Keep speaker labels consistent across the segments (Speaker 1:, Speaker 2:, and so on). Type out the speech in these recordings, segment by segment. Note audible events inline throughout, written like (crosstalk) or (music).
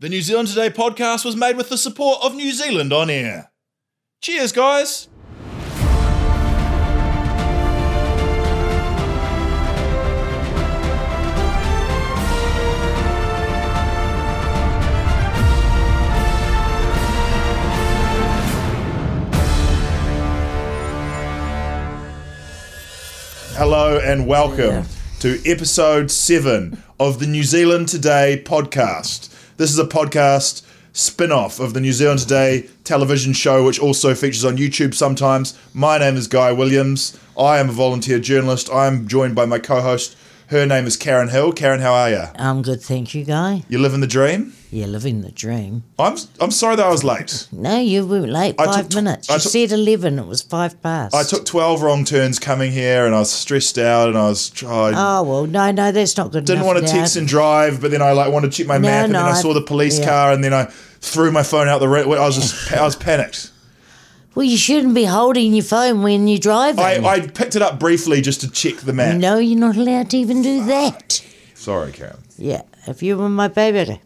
Speaker 1: The New Zealand Today podcast was made with the support of New Zealand On Air. Cheers, guys! Hello and welcome to episode seven of the New Zealand Today podcast. This is a podcast spin off of the New Zealand Today television show, which also features on YouTube sometimes. My name is Guy Williams. I am a volunteer journalist. I am joined by my co host. Her name is Karen Hill. Karen, how are you?
Speaker 2: I'm good, thank you, Guy.
Speaker 1: You living the dream?
Speaker 2: You're living the dream.
Speaker 1: I'm I'm sorry that I was late.
Speaker 2: No, you were late
Speaker 1: I
Speaker 2: five
Speaker 1: took tw-
Speaker 2: minutes.
Speaker 1: I
Speaker 2: You
Speaker 1: took-
Speaker 2: said 11, it was five past.
Speaker 1: I took twelve wrong turns coming here, and I was stressed out, and I was I
Speaker 2: Oh, well, no, no, that's not good
Speaker 1: didn't
Speaker 2: enough.
Speaker 1: want to
Speaker 2: now.
Speaker 1: text and drive, but then I like wanted to check my
Speaker 2: No,
Speaker 1: map, and
Speaker 2: no,
Speaker 1: then I
Speaker 2: I-
Speaker 1: saw the police
Speaker 2: yeah.
Speaker 1: car, and then I threw my phone out the window. I was just
Speaker 2: (laughs)
Speaker 1: I was panicked.
Speaker 2: Well, you shouldn't be holding your phone when you're driving.
Speaker 1: I, I picked it up briefly just to check the map.
Speaker 2: no, you're not allowed to even do that.
Speaker 1: Sorry, Karen.
Speaker 2: Yeah, if you were my baby.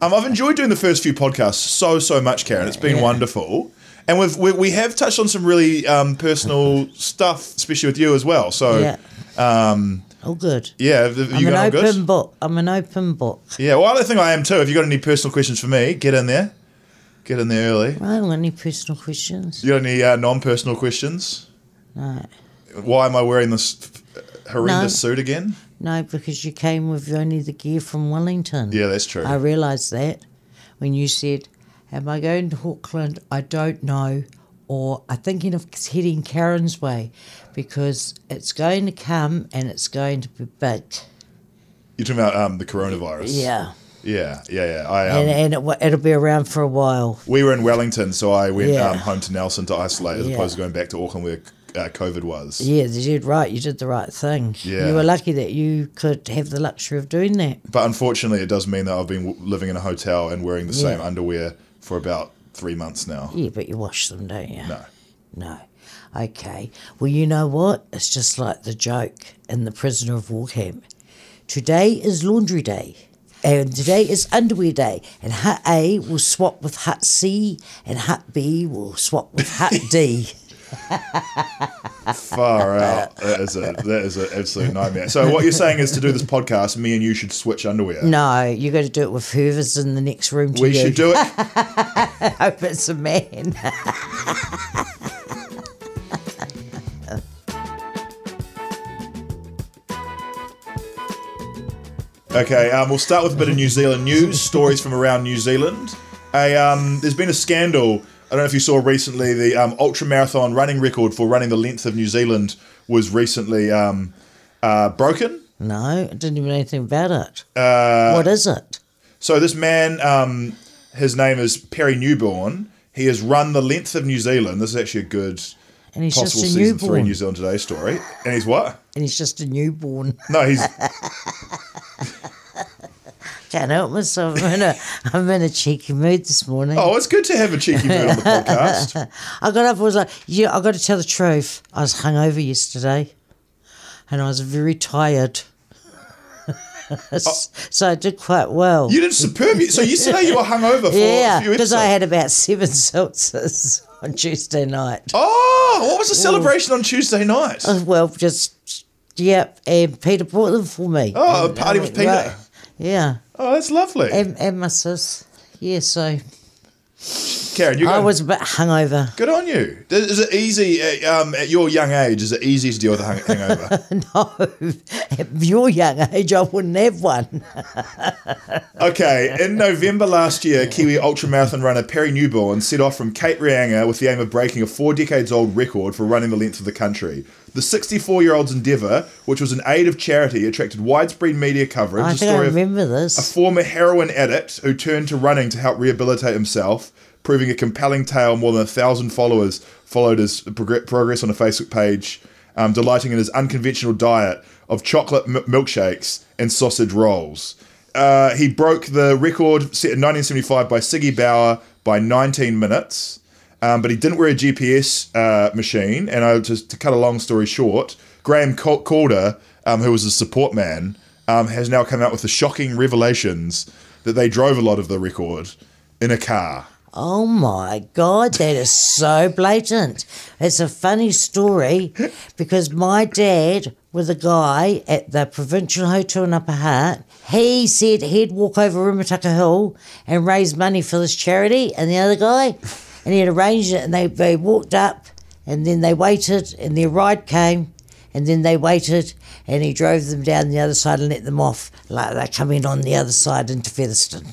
Speaker 1: Um, I've enjoyed doing the first few podcasts so so much, Karen. It's been wonderful, and we've we, we have touched on some really um, personal stuff, especially with you as well. So
Speaker 2: Yeah.
Speaker 1: yeah,
Speaker 2: Oh, good.
Speaker 1: have um, you
Speaker 2: I'm an
Speaker 1: got all
Speaker 2: open
Speaker 1: good?
Speaker 2: book. I'm an open book.
Speaker 1: Yeah, well, I think I am too. If you've got any personal questions for me, get in there. Get in there early.
Speaker 2: I don't want any personal questions.
Speaker 1: You got any uh, non personal questions?
Speaker 2: No.
Speaker 1: Why am I wearing this f- horrendous suit again?
Speaker 2: No, because you came with only the gear from Wellington.
Speaker 1: Yeah, that's true.
Speaker 2: I realised that when you said, Am I going to Auckland? I don't know. Or I'm thinking of heading Karen's way because it's going to come and it's going to be big.
Speaker 1: You're talking about um, the coronavirus.
Speaker 2: Yeah.
Speaker 1: Yeah, yeah, yeah. I, um,
Speaker 2: And, and it, wa- it'll be around for a while.
Speaker 1: we were in Wellington, so I went
Speaker 2: Yeah.
Speaker 1: um, home to Nelson to isolate as
Speaker 2: Yeah.
Speaker 1: opposed to going back to Auckland where uh, COVID was.
Speaker 2: Yeah, you did right. You did the right thing.
Speaker 1: Yeah.
Speaker 2: You were lucky that you could have the luxury of doing that.
Speaker 1: But unfortunately, it does mean that I've been w- living in a hotel and wearing the same underwear for about three months now.
Speaker 2: Yeah, but you wash them, don't you?
Speaker 1: No.
Speaker 2: No. Okay. Well, you know what? It's just like the joke in the prisoner of war camp. Today is laundry day, and today is underwear day, and hut A will swap with hut C, and hut B will swap with hut D.
Speaker 1: (laughs) Far out. That is a that is an absolute nightmare. So what you're saying is to do this podcast, me and you should switch underwear.
Speaker 2: No, you got to do it with whoever's in the next room to
Speaker 1: We
Speaker 2: you.
Speaker 1: should do it.
Speaker 2: hope it's a man. (laughs)
Speaker 1: Okay, um, we'll start with a bit of New Zealand news, stories from around New Zealand. A, um, there's been a scandal. I don't know if you saw recently the um, ultra marathon running record for running the length of New Zealand was recently um, uh, broken.
Speaker 2: no, I didn't even know anything about it. Uh, what is it?
Speaker 1: So this man, um, his name is Perry Newborn. He has run the length of New Zealand. This is actually a good
Speaker 2: And he's
Speaker 1: possible
Speaker 2: just a
Speaker 1: season three
Speaker 2: newborn.
Speaker 1: New Zealand Today story. And he's what?
Speaker 2: and he's just a newborn.
Speaker 1: No, he's
Speaker 2: Can't help myself. I'm in a, I'm in a cheeky mood this morning.
Speaker 1: oh, it's good to have a cheeky mood on the podcast.
Speaker 2: I got up and was like, yeah, I got to tell the truth. I was hungover yesterday and I was very tired. (laughs) so I did quite well.
Speaker 1: Oh. You did superb. So yesterday you were hungover for a
Speaker 2: yeah,
Speaker 1: few episodes.
Speaker 2: because I had about seven (laughs) seltzers on Tuesday night.
Speaker 1: Oh, what was the celebration on Tuesday night?
Speaker 2: Well, just, yep, and Peter bought them for me.
Speaker 1: Oh, a
Speaker 2: And
Speaker 1: party
Speaker 2: I
Speaker 1: with
Speaker 2: went,
Speaker 1: Peter.
Speaker 2: "Right." Yeah,
Speaker 1: Oh, that's lovely.
Speaker 2: and, and my sis. Yeah, so
Speaker 1: Karen, you
Speaker 2: I
Speaker 1: got
Speaker 2: was a bit hungover.
Speaker 1: good on you. Is it easy uh, um, at your young age? Is it easy to deal with a hang-
Speaker 2: (laughs)
Speaker 1: hangover?
Speaker 2: At your young age, I wouldn't have one.
Speaker 1: okay, in November last year, Kiwi ultramarathon runner Perry Newborn set off from Cape Reinga with the aim of breaking a four decades old record for running the length of the country. The 64 year old's endeavour, which was an aid of charity, attracted widespread media coverage.
Speaker 2: Oh, I
Speaker 1: The
Speaker 2: think I
Speaker 1: story of-
Speaker 2: remember
Speaker 1: a
Speaker 2: this.
Speaker 1: former heroin addict who turned to running to help rehabilitate himself, proving a compelling tale. More than a thousand followers followed his prog- progress on a Facebook page, um, delighting in his unconventional diet of chocolate m- milkshakes and sausage rolls. Uh, he broke the record set in 1975 by Siggy Bauer by 19 minutes. Um, but he didn't wear a GPS uh, machine. And I, just to cut a long story short, Graham Cal- Calder, um, who was a support man, um, has now come out with the shocking revelations that they drove a lot of the record in a car.
Speaker 2: Oh my God, that is so blatant. It's a funny story because my dad with a guy at the Provincial Hotel in Upper Hart. He said he'd walk over Rumataka Hill and raise money for this charity, and the other guy, and he had arranged it, and they, they walked up, and then they waited, and their ride came, and then they waited, and he drove them down the other side and let them off, like they're coming on the other side into Featherston.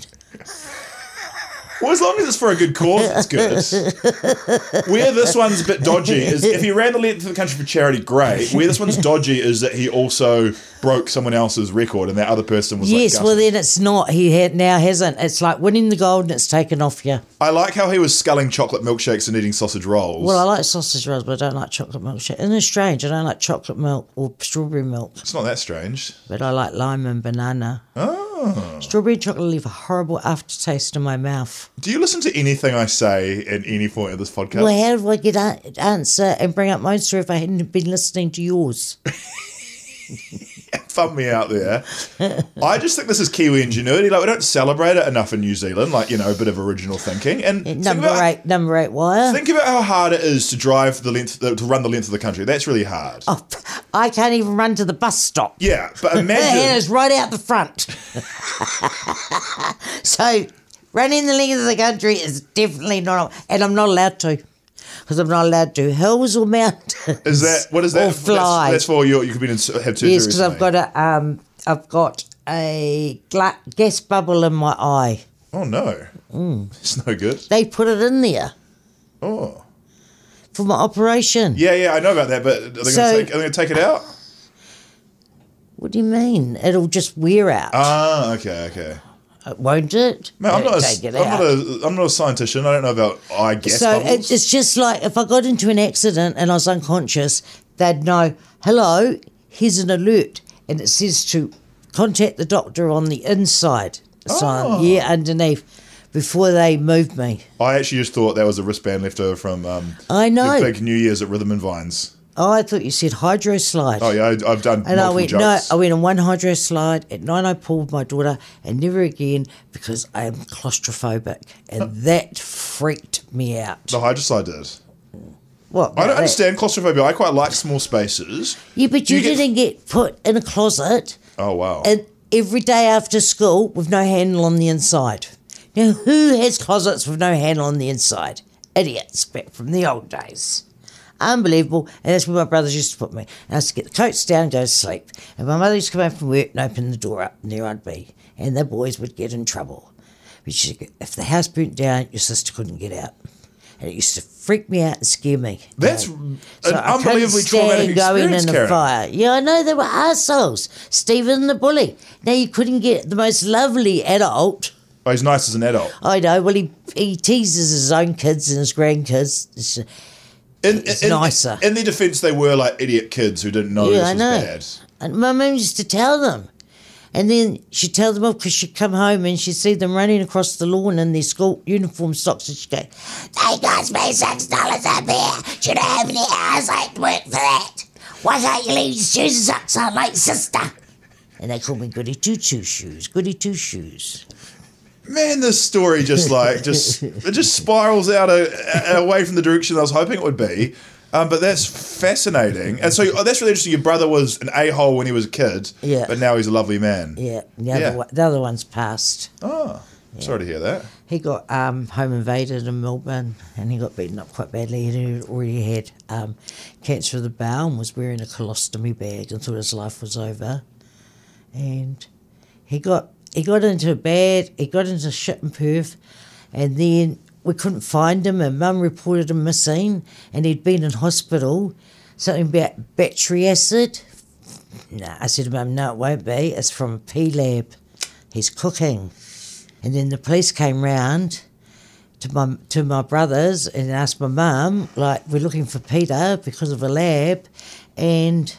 Speaker 1: Well, as long as it's for a good cause, it's good.
Speaker 2: (laughs)
Speaker 1: Where this one's a bit dodgy is if he ran the length of the country for charity, great. Where this one's dodgy is that he also broke someone else's record and that other person was
Speaker 2: Yes,
Speaker 1: like,
Speaker 2: well
Speaker 1: gutted.
Speaker 2: then it's not. He had, now hasn't. It's like winning the gold and it's taken off you.
Speaker 1: I like how he was sculling chocolate milkshakes and eating sausage rolls.
Speaker 2: Well, I like sausage rolls, but I don't like chocolate milkshake. And it's strange. I don't like chocolate milk or strawberry milk,
Speaker 1: it's not that strange.
Speaker 2: but I like lime and banana. Oh. Strawberry and chocolate leave a horrible aftertaste in my mouth.
Speaker 1: Do you listen to anything I say in any point of this podcast?
Speaker 2: Well, how do I get an answer and bring up my story if I hadn't been listening to yours?
Speaker 1: Thumb me out
Speaker 2: (laughs)
Speaker 1: there. I just think this is Kiwi ingenuity. Like we don't celebrate it enough in New Zealand. Like you know, a bit of original thinking. And think
Speaker 2: Number
Speaker 1: about-
Speaker 2: eight, number eight wire.
Speaker 1: (laughs) Think about how hard it is to drive the length, to run the length of the country. That's really hard.
Speaker 2: Oh, I can't even run to the bus stop.
Speaker 1: Yeah,
Speaker 2: (laughs)
Speaker 1: but
Speaker 2: Their hand
Speaker 1: imagine.
Speaker 2: is right out
Speaker 1: (laughs)
Speaker 2: the front. so running the length of the country is definitely not, and I'm not allowed to. Because I'm not allowed to hills or mountains.
Speaker 1: Is that what is that?
Speaker 2: Or
Speaker 1: That's,
Speaker 2: fly.
Speaker 1: that's for your. You could be in have two.
Speaker 2: yes, because I've got a, um, I've got a gla- gas bubble in my eye.
Speaker 1: Oh no,
Speaker 2: Mm.
Speaker 1: it's no good.
Speaker 2: They put it in there
Speaker 1: Oh
Speaker 2: for my operation.
Speaker 1: yeah, yeah, I know about that. But are they
Speaker 2: So-
Speaker 1: going to take? Are they going to take it out?
Speaker 2: What do you mean? It'll just wear out,
Speaker 1: Ah, okay, okay.
Speaker 2: It won't it?
Speaker 1: Man, I'm
Speaker 2: It'll
Speaker 1: not. A,
Speaker 2: take it
Speaker 1: I'm
Speaker 2: out.
Speaker 1: not a. I'm not a scientist. I don't know about. I guess.
Speaker 2: So
Speaker 1: bubbles.
Speaker 2: it, it's just like if I got into an accident and I was unconscious, they'd know, hello, here's an alert. And it says to contact the doctor on the inside. So,
Speaker 1: Oh.
Speaker 2: yeah, underneath before they move me.
Speaker 1: I actually just thought that was a wristband left over from. Um,
Speaker 2: I know.
Speaker 1: The big New Year's at Rhythm and Vines.
Speaker 2: Oh, I thought you said hydro slide.
Speaker 1: Oh yeah, I, I've done.
Speaker 2: And I
Speaker 1: multiple
Speaker 2: went,
Speaker 1: jokes.
Speaker 2: no, I went on one hydro slide. At nine, I pulled my daughter, and never again because I am claustrophobic. And that freaked me out.
Speaker 1: the hydrocide did.
Speaker 2: What?
Speaker 1: I
Speaker 2: about
Speaker 1: don't
Speaker 2: that?
Speaker 1: understand claustrophobia. I quite like small spaces.
Speaker 2: Yeah, but
Speaker 1: Do
Speaker 2: you,
Speaker 1: you get-
Speaker 2: didn't get put in a closet.
Speaker 1: Oh wow.
Speaker 2: and every day after school with no handle on the inside. Now, who has closets with no handle on the inside? Idiots back from the old days. Unbelievable. And that's where my brothers used to put me. And I used to get the coats down and go to sleep. And my mother used to come home from work and open the door up, and there I'd be. And the boys would get in trouble. But she'd go, if the house burnt down, your sister couldn't get out. And it used to freak me out and scare me.
Speaker 1: That's an unbelievably traumatic
Speaker 2: stand going
Speaker 1: experience,
Speaker 2: in the
Speaker 1: Karen.
Speaker 2: fire. Yeah, I know they were assholes. Stephen the bully. Now you couldn't get the most lovely adult.
Speaker 1: Oh, he's nice as an adult.
Speaker 2: I know. Well, he he teases his own kids and his grandkids. It's-
Speaker 1: In,
Speaker 2: It's
Speaker 1: in-
Speaker 2: nicer.
Speaker 1: In their defence, they were like idiot kids who didn't know
Speaker 2: yeah,
Speaker 1: this
Speaker 2: I
Speaker 1: was
Speaker 2: know.
Speaker 1: bad.
Speaker 2: And my mum used to tell them, and then she'd tell them off because she'd come home and she'd see them running across the lawn in their school uniform socks, and she'd go, "They cost me six dollars a pair. Do you know how many hours I'd work for that? Why can't you leave your shoes and socks on, like sister?" And they called me Goody Two Two Shoes, Goody Two Shoes.
Speaker 1: Man, this story just like just it just spirals out a, a- away from the direction I was hoping it would be. Um, but that's fascinating, and so oh, that's really interesting. Your brother was an a hole when he was a kid,
Speaker 2: Yeah.
Speaker 1: but now he's a lovely man.
Speaker 2: Yeah, the other
Speaker 1: Yeah.
Speaker 2: One, the other one's passed.
Speaker 1: Oh, sorry to hear that.
Speaker 2: He got um, home invaded in Melbourne and he got beaten up quite badly. He had already had um, cancer of the bowel and was wearing a colostomy bag and thought his life was over. And he got he got into a bad, he got into shit and perf, and then we couldn't find him. And mum reported him missing, and he'd been in hospital. Something about battery acid. No, I said to mum, no, it won't be. It's from a P lab. He's cooking. And then the police came round to my to my brothers and asked my mum, like, we're looking for Peter because of a lab, and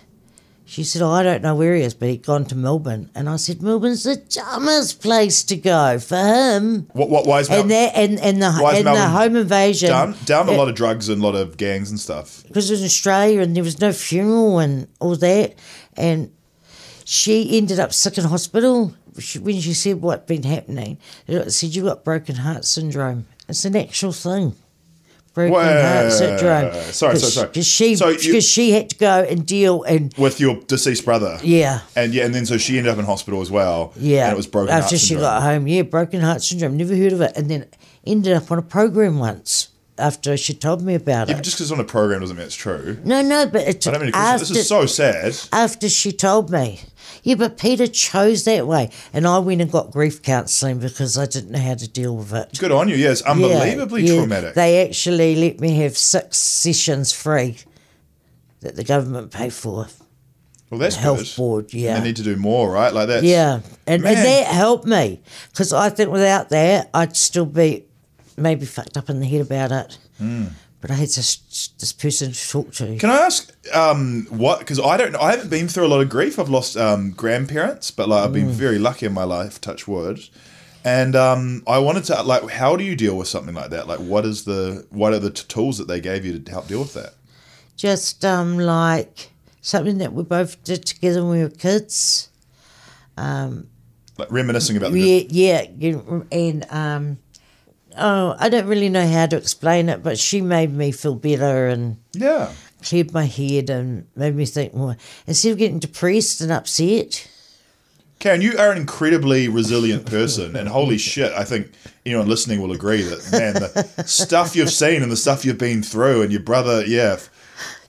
Speaker 2: she said, oh, I don't know where he is, but he'd gone to Melbourne. And I said, Melbourne's the dumbest place to go for him.
Speaker 1: What? What? Why is Mel-
Speaker 2: And that and, and the
Speaker 1: Why is
Speaker 2: and the
Speaker 1: Melbourne
Speaker 2: home invasion
Speaker 1: down? Down a lot of drugs and a lot of gangs and stuff.
Speaker 2: because it was in Australia and there was no funeral and all that. And She ended up sick in hospital She- when she said what had been happening. It said you got broken heart syndrome. It's an actual thing. Broken
Speaker 1: Whoa.
Speaker 2: heart
Speaker 1: Sorry,
Speaker 2: syndrome. Because-
Speaker 1: sorry, sorry.
Speaker 2: Because she,
Speaker 1: So you-
Speaker 2: because she had to go and deal and
Speaker 1: with your deceased brother.
Speaker 2: yeah.
Speaker 1: And yeah, and then so she ended up in hospital as well.
Speaker 2: Yeah.
Speaker 1: and it was broken
Speaker 2: After
Speaker 1: heart
Speaker 2: she
Speaker 1: syndrome.
Speaker 2: got home. Yeah, broken heart syndrome. Never heard of it. And then ended up on a program once after she told me about
Speaker 1: Yeah,
Speaker 2: it.
Speaker 1: but just because it's on a program doesn't mean it's true.
Speaker 2: no, no, but it's
Speaker 1: I don't mean to
Speaker 2: after,
Speaker 1: this is so sad.
Speaker 2: after she told me. Yeah, but Peter chose that way. And I went and got grief counselling because I didn't know how to deal with it.
Speaker 1: Good on you. Yeah, it's
Speaker 2: Yeah,
Speaker 1: unbelievably
Speaker 2: yeah.
Speaker 1: traumatic.
Speaker 2: They actually let me have six sessions free that the government paid for.
Speaker 1: well, that's
Speaker 2: Health
Speaker 1: good.
Speaker 2: board, yeah.
Speaker 1: They need to do more, right? Like that.
Speaker 2: Yeah, and,
Speaker 1: Man.
Speaker 2: and that helped me because I think without that, I'd still be maybe fucked up in the head about it.
Speaker 1: Hmm.
Speaker 2: But I had this this person to talk to.
Speaker 1: Can I ask um, what? Because I don't. I haven't been through a lot of grief. I've lost um, grandparents, but like I've been
Speaker 2: Mm.
Speaker 1: very lucky in my life. Touch wood. And um, I wanted to like, how do you deal with something like that? Like, what is the what are the t- tools that they gave you to help deal with that?
Speaker 2: Just um, like something that we both did together when we were kids.
Speaker 1: Like reminiscing about the
Speaker 2: Yeah, yeah, you- and um, oh, I don't really know how to explain it, but she made me feel better and
Speaker 1: yeah.
Speaker 2: cleared my head and made me think more instead of getting depressed and upset.
Speaker 1: Karen, you are an incredibly resilient person, and holy
Speaker 2: (laughs)
Speaker 1: shit, I think anyone listening will agree that man, the stuff you've seen and the stuff you've been through, and your brother, yeah, f-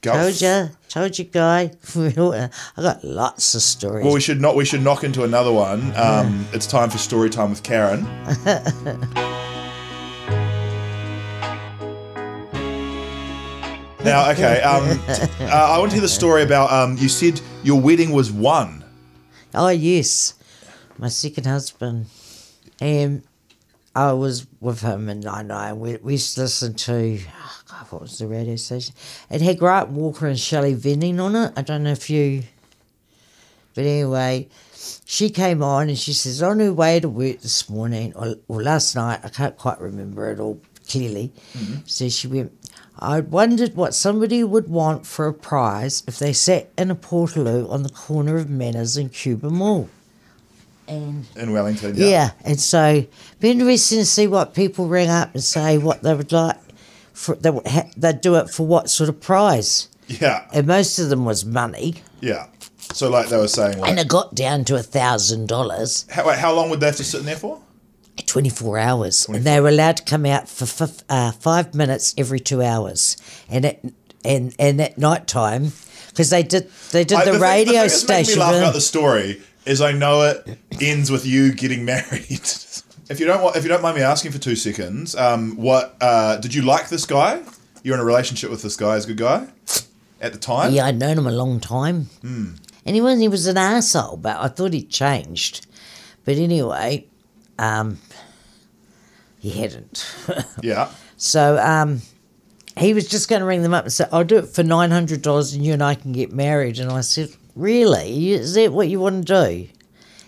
Speaker 1: go.
Speaker 2: Told
Speaker 1: f-
Speaker 2: you, told you, guy. (laughs) I got lots of stories.
Speaker 1: Well, we should not. We should knock into another one. Um, it's time for story time with Karen. now, okay. Um, uh, I want to hear the story about. Um, you said your wedding was one.
Speaker 2: oh yes, my second husband, and I was with him, and I know we we used to listen to. Oh God, what was the radio station? It had Grant Walker and Shelley Venning on it. I don't know if you, but anyway, she came on and she says on her way to work this morning or, or last night i can't quite remember it all clearly so she went i wondered what somebody would want for a prize if they sat in a portaloo on the corner of manners and cuba mall and
Speaker 1: In Wellington,
Speaker 2: yeah. and so be interesting to see what people ring up and say what they would like for they would ha- they'd do it for what sort of prize
Speaker 1: yeah, yeah,
Speaker 2: and most of them was money
Speaker 1: yeah. So, like they were saying,
Speaker 2: and
Speaker 1: like,
Speaker 2: it got down to a thousand dollars
Speaker 1: how, wait, how long would they have to sit in there for?
Speaker 2: 24 hours and they were allowed to come out for fif- uh, five minutes every two hours and at, and, and at night time because they did they did
Speaker 1: I-
Speaker 2: the,
Speaker 1: thing-
Speaker 2: radio
Speaker 1: thing that's made
Speaker 2: station
Speaker 1: Me laugh
Speaker 2: with-
Speaker 1: about the story is I know it ends with you getting married. if you don't want, if you don't mind me asking for two seconds, um, what uh, did you like this guy? You're in a relationship with this guy. Is a good guy at the time.
Speaker 2: yeah i'd known him a long time
Speaker 1: Hmm.
Speaker 2: and he was he was an asshole but i thought he'd changed but anyway um he hadn't
Speaker 1: Yeah.
Speaker 2: So um, he was just going to ring them up and say, I'll do it for $900 and you and I can get married. And I said, Really? Is that what you want to do?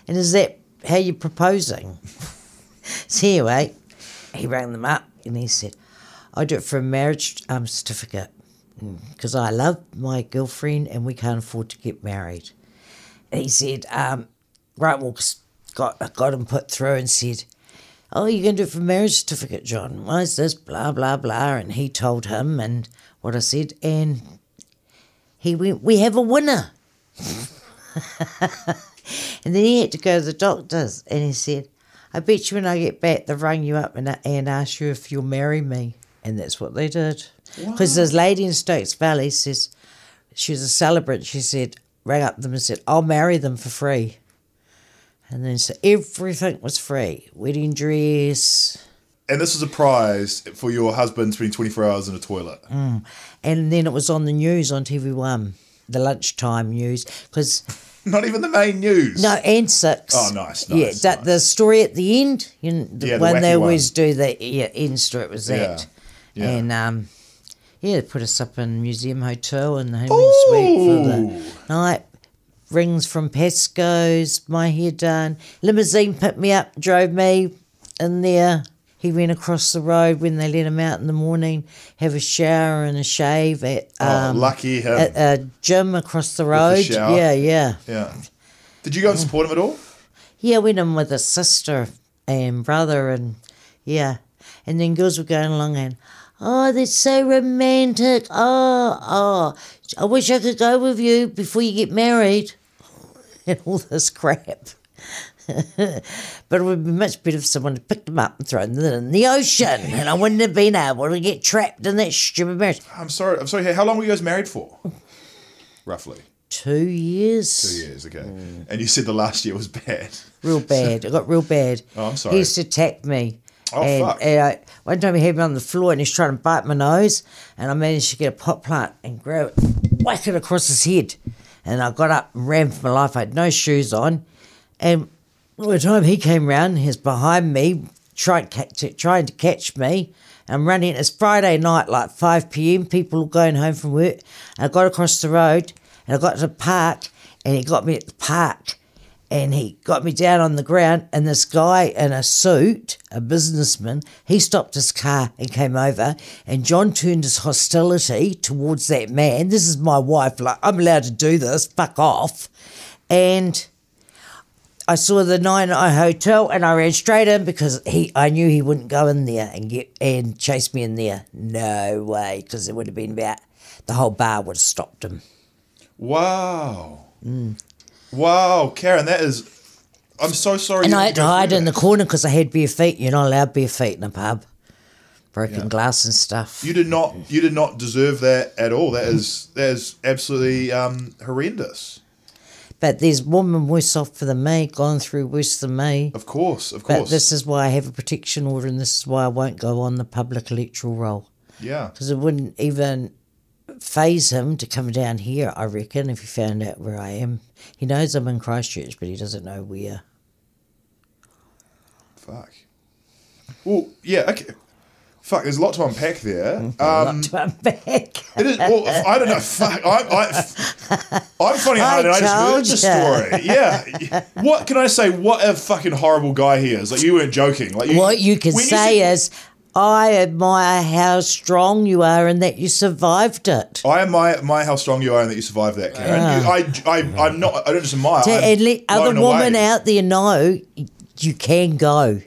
Speaker 2: And is that how you're proposing? (laughs) so anyway, he rang them up and he said, I'll do it for a marriage um, certificate because I love my girlfriend and we can't afford to get married. And he said, um, Right Walker's got, got him put through and said, oh, you're going to do it for marriage certificate, John. Why is this? Blah, blah, blah. And he told him and what I said. And he went, we have a winner. (laughs) and then he had to go to the doctors and he said, I bet you when I get back, they'll rung you up and, and ask you if you'll marry me. And that's what they did. Because this lady in Stokes Valley says, she was a celebrant. She said, rang up them and said, I'll marry them for free. And then so everything was free. Wedding dress.
Speaker 1: And this is a prize for your husband spending 24 hours in a toilet.
Speaker 2: Mm. And then it was on the news on TV1, the lunchtime news. Because,
Speaker 1: Not even the main news.
Speaker 2: no, and six.
Speaker 1: Oh, nice,
Speaker 2: yeah,
Speaker 1: nice,
Speaker 2: that, the story at the end, you know, the
Speaker 1: Yeah, the
Speaker 2: one they
Speaker 1: wacky one.
Speaker 2: always do, the yeah, end story, it was that.
Speaker 1: Yeah, yeah.
Speaker 2: And, um, yeah, they put us up in Museum Hotel and the homing suite for
Speaker 1: Ooh.
Speaker 2: the night. Rings from Pasco's, my hair done. Limousine picked me up, drove me in there. He went across the road when they let him out in the morning, have a shower and a shave at
Speaker 1: Oh,
Speaker 2: um,
Speaker 1: lucky him.
Speaker 2: at a gym across the road.
Speaker 1: shower.
Speaker 2: yeah, yeah.
Speaker 1: yeah. Did you go and
Speaker 2: Mm.
Speaker 1: support him at all?
Speaker 2: Yeah, went in with his sister and brother, and yeah. And then girls were going along and, oh, they're so romantic. Oh, oh, I wish I could go with you before you get married. (laughs) And all this crap. (laughs) but it would be much better if someone had picked them up and thrown them in the ocean, and I wouldn't have been able to get trapped in that stupid marriage.
Speaker 1: I'm sorry. I'm sorry. How long were you guys married
Speaker 2: (laughs)
Speaker 1: for? Roughly
Speaker 2: Two years.
Speaker 1: two years. Okay. And you said the last year was bad.
Speaker 2: real bad. I got real bad.
Speaker 1: Oh, I'm sorry.
Speaker 2: He used to attack me.
Speaker 1: Oh,
Speaker 2: and,
Speaker 1: fuck.
Speaker 2: and I, one time he had me on the floor and he's trying to bite my nose, and I managed to get a pot plant and grab it, whack it across his head. And I got up and ran for my life. I had no shoes on. And by the time he came round, he's behind me, trying, to catch- trying to catch me. I'm running. It's Friday night, like 5 p.m. People are going home from work. And I got across the road and I got to the park, and he got me at the park and he got me down on the ground and this guy in a suit a businessman he stopped his car and came over and john turned his hostility towards that man this is my wife like i'm allowed to do this fuck off and i saw the nine i hotel and i ran straight in because he i knew he wouldn't go in there and get and chase me in there no way because it would have been about the whole bar would have stopped him
Speaker 1: Wow. Wow, Karen, that is. I'm so sorry.
Speaker 2: And
Speaker 1: you
Speaker 2: I
Speaker 1: had
Speaker 2: had
Speaker 1: to
Speaker 2: to
Speaker 1: go through
Speaker 2: hide in the
Speaker 1: that.
Speaker 2: corner because I had bare feet. You're not allowed bare feet in a pub. Broken glass and stuff.
Speaker 1: You did not. You did not deserve that at all. That is. That is absolutely um, horrendous.
Speaker 2: but there's women worse off than me, gone through worse than me.
Speaker 1: Of course. Of
Speaker 2: But
Speaker 1: course.
Speaker 2: this is why I have a protection order and this is why I won't go on the public electoral roll.
Speaker 1: yeah.
Speaker 2: Because it wouldn't even phase him to come down here, I reckon, if he found out where I am. He knows I'm in Christchurch, but he doesn't know where. (laughs)
Speaker 1: Fuck. Well, yeah. Okay. Fuck. There's a lot to unpack there.
Speaker 2: Not
Speaker 1: Um,
Speaker 2: Mm-hmm. to unpack.
Speaker 1: it is. Well, I don't know. Fuck. I, I, I'm finding it hard,
Speaker 2: I
Speaker 1: and I just heard
Speaker 2: told
Speaker 1: the
Speaker 2: ya.
Speaker 1: story. Yeah. What can I say? What a fucking horrible guy he is. Like you weren't joking. Like you,
Speaker 2: What you can
Speaker 1: when
Speaker 2: say
Speaker 1: said-
Speaker 2: is, I admire how strong you are and that you survived it.
Speaker 1: I admire, admire how strong you are and that you survived that, Karen. You, I, I, I'm not. I don't just admire.
Speaker 2: To-
Speaker 1: I'm
Speaker 2: and let other
Speaker 1: blown
Speaker 2: women
Speaker 1: away.
Speaker 2: out there know y- you can go.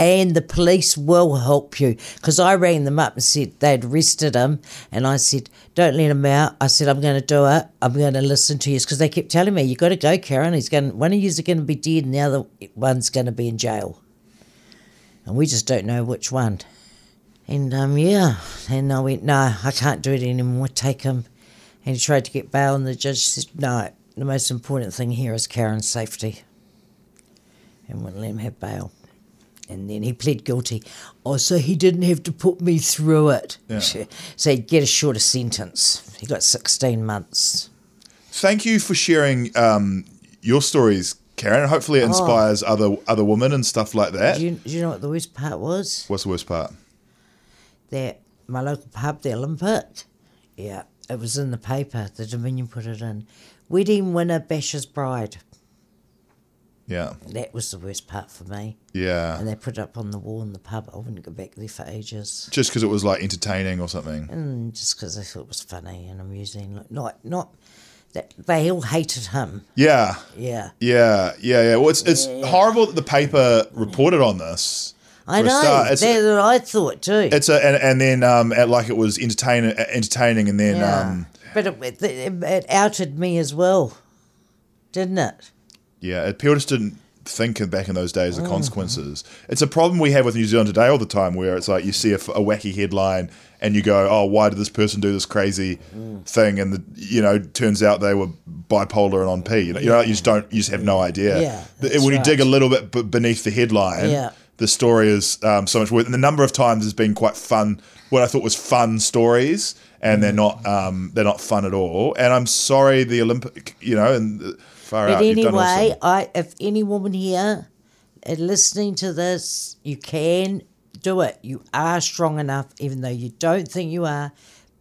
Speaker 2: And the police will help you. Because I rang them up and said they'd arrested him. And I said, don't let him out. I said, I'm going to do it. I'm going to listen to you. Because they kept telling me, you got to go, Karen. He's going, one of you's going to be dead and the other one's going to be in jail. And we just don't know which one. And um, yeah, and I went, no, I can't do it anymore. Take him. And he tried to get bail, and the judge said, no, the most important thing here is Karen's safety. And wouldn't let him have bail. And then he pled guilty. Oh, so he didn't have to put me through it.
Speaker 1: Yeah.
Speaker 2: (laughs) So he'd get a shorter sentence. He got 16 months.
Speaker 1: Thank you for sharing um, your stories, Karen. Hopefully, it inspires other other women and stuff like that.
Speaker 2: Do Oh. you, do you know what the worst part was?
Speaker 1: What's the worst part?
Speaker 2: that my local pub, the Olympic, yeah, it was in the paper. The Dominion put it in. Wedding winner bashes bride.
Speaker 1: Yeah,
Speaker 2: That was the worst part for me.
Speaker 1: yeah.
Speaker 2: And they put it up on the wall in the pub. I wouldn't go back there for ages.
Speaker 1: Just because it was like entertaining or something.
Speaker 2: And just because I thought it was funny and amusing. Like, not, not that they all hated him.
Speaker 1: Yeah,
Speaker 2: Yeah.
Speaker 1: yeah, yeah, yeah. Well, it's it's horrible that the paper reported on this.
Speaker 2: I
Speaker 1: for a
Speaker 2: know.
Speaker 1: start. It's,
Speaker 2: That's what I thought too.
Speaker 1: it's a and, and then um and like it was entertain, entertaining and then
Speaker 2: yeah.
Speaker 1: um
Speaker 2: but it, it, it outed me as well, didn't it?
Speaker 1: Yeah, people just didn't think of back in those days the
Speaker 2: Oh,
Speaker 1: consequences. It's a problem we have with New Zealand today all the time, where it's like you see a, f- a wacky headline and you go, "Oh, why did this person do this crazy
Speaker 2: Mm.
Speaker 1: thing?" And the, you know, turns out they were bipolar and on P. You know, you, know, you just don't, you just have no idea.
Speaker 2: Yeah,
Speaker 1: But
Speaker 2: that's
Speaker 1: when you
Speaker 2: right.
Speaker 1: dig a little bit b- beneath the headline,
Speaker 2: Yeah.
Speaker 1: the story is um, so much worth. And the number of times has been quite fun. What I thought was fun stories, and they're
Speaker 2: Mm.
Speaker 1: not um, they're not fun at all. And I'm sorry, the Olympic, you know, and uh, far
Speaker 2: But
Speaker 1: out. you've done awesome.
Speaker 2: anyway, I if any woman here is listening to this, you can do it. You are strong enough, even though you don't think you are.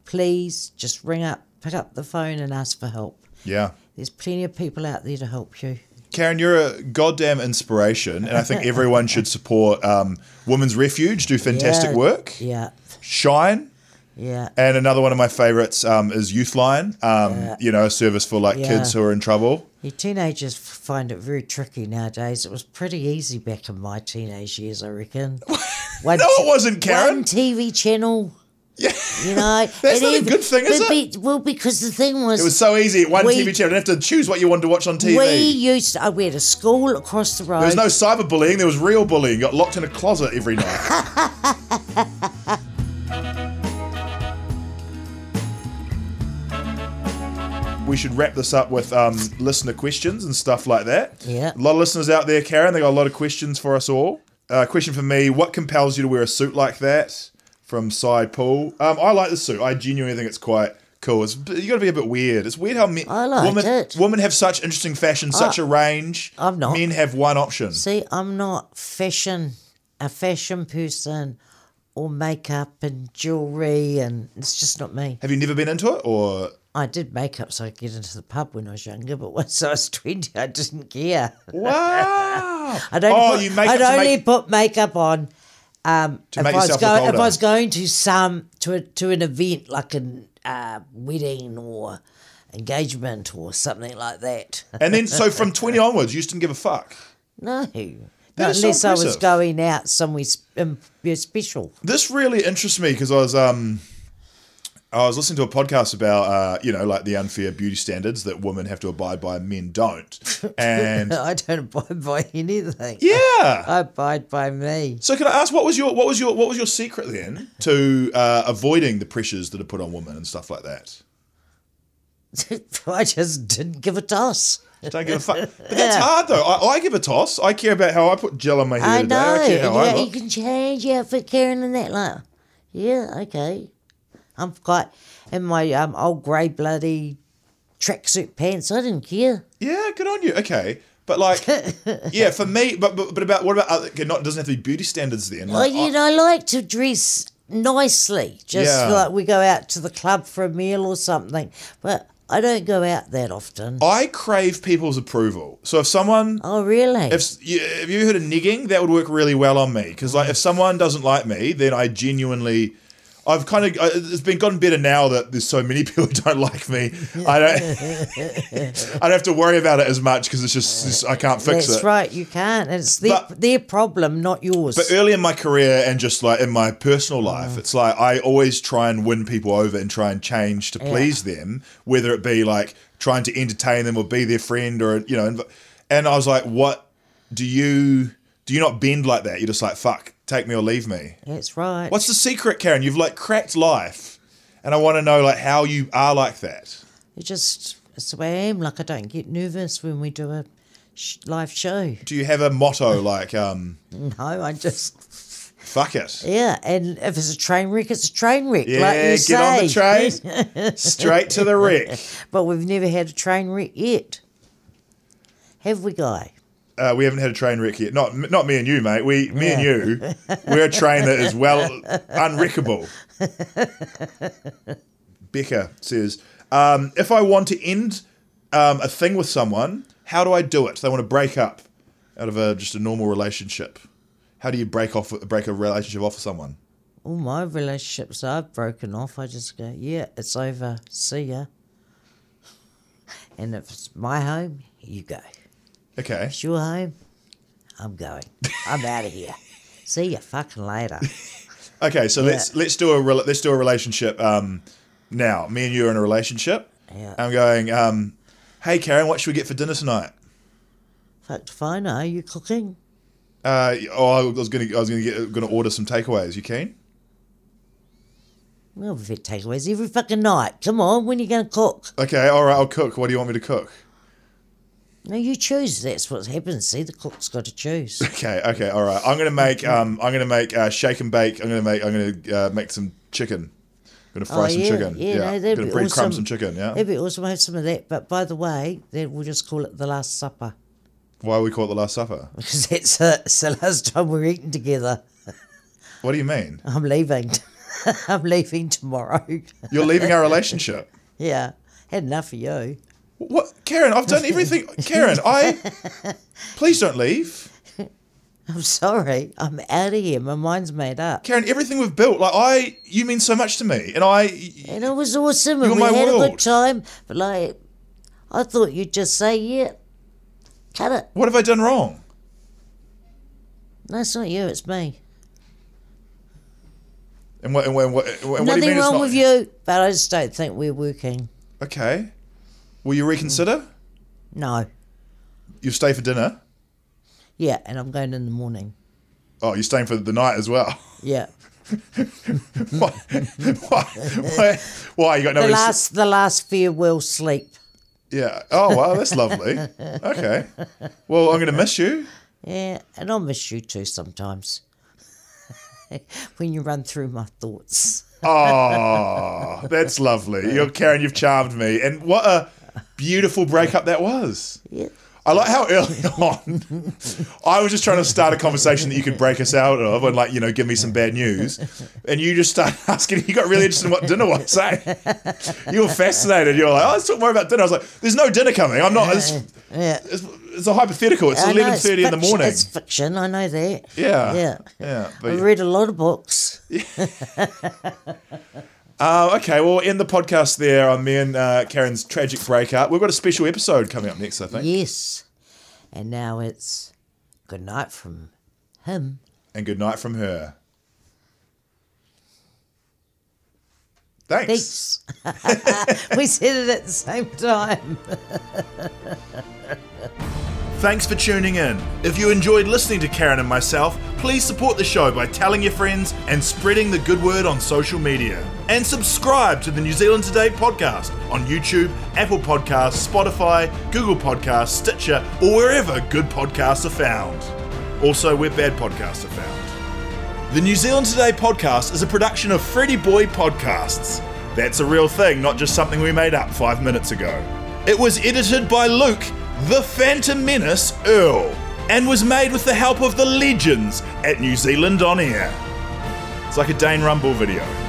Speaker 2: Please just ring up, pick up the phone, and ask for help.
Speaker 1: Yeah.
Speaker 2: There's plenty of people out there to help you.
Speaker 1: Karen, you're a goddamn inspiration, and I
Speaker 2: (laughs)
Speaker 1: think everyone should support um, Women's Refuge. Do fantastic
Speaker 2: Yeah.
Speaker 1: work.
Speaker 2: Yeah,
Speaker 1: Shine.
Speaker 2: Yeah.
Speaker 1: And another one of my favorites um, is Youthline, um,
Speaker 2: Yeah.
Speaker 1: you know, a service for like
Speaker 2: Yeah.
Speaker 1: kids who are in trouble.
Speaker 2: Yeah, teenagers f- find it very tricky nowadays. It was pretty easy back in my teenage years, I reckon.
Speaker 1: (laughs)
Speaker 2: One
Speaker 1: No,
Speaker 2: t-
Speaker 1: it wasn't, Karen.
Speaker 2: One TV channel,
Speaker 1: Yeah.
Speaker 2: you know.
Speaker 1: (laughs) That's not a good thing, is
Speaker 2: but Be, well, because the thing was,
Speaker 1: It was so easy. One
Speaker 2: We-
Speaker 1: TV channel. You didn't have to choose what you wanted to watch on TV.
Speaker 2: we used to, I went to school across the road.
Speaker 1: there was no cyberbullying. There was real bullying. Got locked in a closet every
Speaker 2: (laughs)
Speaker 1: night. we should wrap this up with um, listener questions and stuff like that.
Speaker 2: Yeah.
Speaker 1: A lot of listeners out there, Karen. They got a lot of questions for us all. Uh, question for me: What compels you to wear a suit like that? From Cy Pool. Um, I like the suit. I genuinely think it's quite cool. It's you got to be a bit weird. It's weird how men,
Speaker 2: I liked
Speaker 1: women,
Speaker 2: it.
Speaker 1: women have such interesting fashion, such a range.
Speaker 2: I'm not.
Speaker 1: Men have one option.
Speaker 2: See, I'm not fashion, a fashion person, or makeup and jewelry, and it's just not me.
Speaker 1: Have you never been into it, or
Speaker 2: I did makeup so I could get into the pub when I was younger, but once I was twenty, I didn't care.
Speaker 1: (laughs) wow?
Speaker 2: I'd only,
Speaker 1: oh,
Speaker 2: put,
Speaker 1: you make
Speaker 2: I'd
Speaker 1: up to
Speaker 2: only
Speaker 1: make,
Speaker 2: put makeup on um,
Speaker 1: To
Speaker 2: if,
Speaker 1: make
Speaker 2: I was
Speaker 1: yourself look
Speaker 2: go, if
Speaker 1: older.
Speaker 2: I was going to some to a, to an event like an uh, wedding or engagement or something like that. (laughs)
Speaker 1: and then so from twenty onwards, you just didn't give a fuck.
Speaker 2: no,
Speaker 1: That
Speaker 2: not
Speaker 1: is so
Speaker 2: unless I was
Speaker 1: impressive.
Speaker 2: going out somewhere sp- um, yeah, special. (laughs)
Speaker 1: This really interests me because I was um, I was listening to a podcast about uh, you know, like the unfair beauty standards that women have to abide by and men (laughs) don't, and
Speaker 2: I don't (laughs) abide by anything.
Speaker 1: yeah,
Speaker 2: I abide by me. (laughs)
Speaker 1: So can I ask what was your what was your what was your secret then to uh, avoiding the pressures that are put on women and stuff like that?
Speaker 2: I just didn't give a toss.
Speaker 1: Don't give a fuck. But that's hard though. I, I give a toss. I care about how I put gel on my hair
Speaker 2: I
Speaker 1: today.
Speaker 2: know.
Speaker 1: I care how I
Speaker 2: yeah, you
Speaker 1: look.
Speaker 2: can change your outfit, Karen, and that. Like, yeah, okay. I'm quite in my um, old grey bloody tracksuit pants. I didn't care.
Speaker 1: Yeah, good on you. Okay. But
Speaker 2: (laughs)
Speaker 1: like, yeah, for me, but, but but about what about other? Okay, not doesn't have to be beauty standards then.
Speaker 2: Well,
Speaker 1: Like,
Speaker 2: you know, I like to dress nicely. Just
Speaker 1: Yeah.
Speaker 2: like we go out to the club for a meal or something, but I don't go out that often.
Speaker 1: I, I crave people's approval. So if someone
Speaker 2: Oh, really?
Speaker 1: if s- you, have you heard of nigging? That would work really well on me because like if someone doesn't like me, then I genuinely. I've kind of I- it's been gotten better now that there's so many (laughs) people who don't like me. I don't I don't (laughs) have to worry about it as much because it's just it's- I can't fix
Speaker 2: That's
Speaker 1: it.
Speaker 2: right. You can't. And it's their,
Speaker 1: But-
Speaker 2: their problem, not yours.
Speaker 1: But early in my career and just like in my personal
Speaker 2: Mm-hmm.
Speaker 1: life, it's like I always try and win people over and try and change to please them, whether it be like trying to entertain them or be their friend or you know. inv- And I was like, "What do you do? You not bend like that? You're just like fuck, take me or leave me."
Speaker 2: That's right.
Speaker 1: What's the secret, Karen? You've like cracked life, and I want to know like how you are like that.
Speaker 2: It just it's the way I am. Like I don't get nervous when we do a sh- live show.
Speaker 1: Do you have a
Speaker 2: (laughs)
Speaker 1: motto like um,
Speaker 2: No, I just
Speaker 1: "fuck it"?
Speaker 2: yeah. And if it's a train wreck, it's a train wreck.
Speaker 1: Yeah,
Speaker 2: like you
Speaker 1: get
Speaker 2: say.
Speaker 1: on the
Speaker 2: (laughs)
Speaker 1: train, straight to the wreck.
Speaker 2: But we've never had a train wreck yet, have we, Guy?
Speaker 1: Uh, we haven't had a train wreck yet. Not not me and you, mate. We me and you, we're a train that is well unwreckable. Becca says, um, if I want to end um, a thing with someone, how do I do it? They want to break up out of a just a normal relationship. How do you break off break a relationship off with someone?
Speaker 2: All my relationships I've broken off. I just go, yeah, it's over. See ya. And if it's my home, you go.
Speaker 1: Okay.
Speaker 2: It's your home. I'm going. I'm
Speaker 1: (laughs)
Speaker 2: out of here. See you fucking later.
Speaker 1: Okay, so let's let's do a rela- let's do a relationship um, now. Me and you are in a relationship.
Speaker 2: Yeah.
Speaker 1: I'm going. Um, hey, Karen, what should we get for dinner tonight?
Speaker 2: Fucked fine. Are you cooking?
Speaker 1: Uh, oh, I was gonna I was gonna get gonna order some takeaways. You keen?
Speaker 2: Well, we've had takeaways every fucking night. Come on, when are you going to cook?
Speaker 1: Okay, all right. I'll cook. What do you want me to cook?
Speaker 2: No, you choose. That's what happens. See, the cook's got
Speaker 1: (laughs)
Speaker 2: to choose.
Speaker 1: Okay, okay, all right. I'm gonna make um I'm gonna make uh, shake and bake. I'm gonna make I'm gonna uh, make some chicken. I'm gonna fry
Speaker 2: Oh,
Speaker 1: some
Speaker 2: yeah,
Speaker 1: chicken.
Speaker 2: yeah, no, that'd
Speaker 1: gonna
Speaker 2: be
Speaker 1: breadcrumb
Speaker 2: awesome.
Speaker 1: some chicken. Yeah.
Speaker 2: It'd be awesome to have some of that. But by the way, then we'll just call it the Last Supper
Speaker 1: Why we call it the Last Supper?
Speaker 2: because that's it. It's the last time we're eating together.
Speaker 1: What do you mean?
Speaker 2: I'm leaving. (laughs) I'm leaving tomorrow. (laughs)
Speaker 1: You're leaving our relationship.
Speaker 2: yeah, had enough of you.
Speaker 1: What, Karen? I've done everything. Karen, I. Please don't leave.
Speaker 2: I'm sorry. I'm out of here. My mind's made up.
Speaker 1: Karen, everything we've built, like I, you mean so much to me, and I,
Speaker 2: And it was awesome and
Speaker 1: You're
Speaker 2: we
Speaker 1: my
Speaker 2: had a
Speaker 1: world.
Speaker 2: good time. But like I thought you'd just say, yeah, cut it.
Speaker 1: what have I done wrong?
Speaker 2: No, it's not you, it's me.
Speaker 1: And what, and what, and what, and what do you
Speaker 2: Nothing
Speaker 1: mean
Speaker 2: wrong
Speaker 1: it's not?
Speaker 2: with you, but I just don't think we're working.
Speaker 1: Okay, will you reconsider?
Speaker 2: No.
Speaker 1: You stay for dinner.
Speaker 2: Yeah, and I'm going in the morning.
Speaker 1: Oh, you're staying for the night as well. (laughs)
Speaker 2: Yeah.
Speaker 1: why? Why? Why? Why? You got no.
Speaker 2: The
Speaker 1: ins-
Speaker 2: last the last farewell sleep.
Speaker 1: yeah. Oh wow, that's lovely. Okay. Well, I'm gonna miss you.
Speaker 2: Yeah, and I'll miss you too sometimes. (laughs) when you run through my thoughts.
Speaker 1: Oh, that's lovely. You're Karen. You've charmed me. And what a beautiful breakup that was.
Speaker 2: Yeah.
Speaker 1: I like how early (laughs) on I was just trying to start a conversation that you could break us out of and like, you know, give me some bad news. And you just started (laughs) asking you got really interested in what dinner was, eh? You were fascinated. You were like, oh, let's talk more about dinner. I was like, there's no dinner coming. I'm not it's,
Speaker 2: Yeah.
Speaker 1: it's, it's a hypothetical. It's
Speaker 2: I know,
Speaker 1: eleven thirty in the
Speaker 2: fiction-
Speaker 1: morning.
Speaker 2: It's fiction, I know that.
Speaker 1: Yeah.
Speaker 2: Yeah.
Speaker 1: Yeah.
Speaker 2: I
Speaker 1: But,
Speaker 2: read a lot of books.
Speaker 1: uh, okay, well we'll end the podcast there on me and uh, Karen's tragic breakup. We've got a special episode coming up next, I think.
Speaker 2: Yes. And now it's good night from
Speaker 1: (laughs)
Speaker 2: him.
Speaker 1: And good night from her. Thanks.
Speaker 2: Thanks. (laughs) we said it at the same time.
Speaker 1: Thanks for tuning in. If you enjoyed listening to Karen and myself, please support the show by telling your friends and spreading the good word on social media. And subscribe to the New Zealand Today podcast on YouTube, Apple Podcasts, Spotify, Google Podcasts, Stitcher, or wherever good podcasts are found. Also, where bad podcasts are found. The New Zealand Today podcast is a production of Freddie Boy Podcasts. That's a real thing, not just something we made up five minutes ago. It was edited by Luke, the Phantom Menace Earl, and was made with the help of the legends at New Zealand On Air. It's like a Dane Rumble video.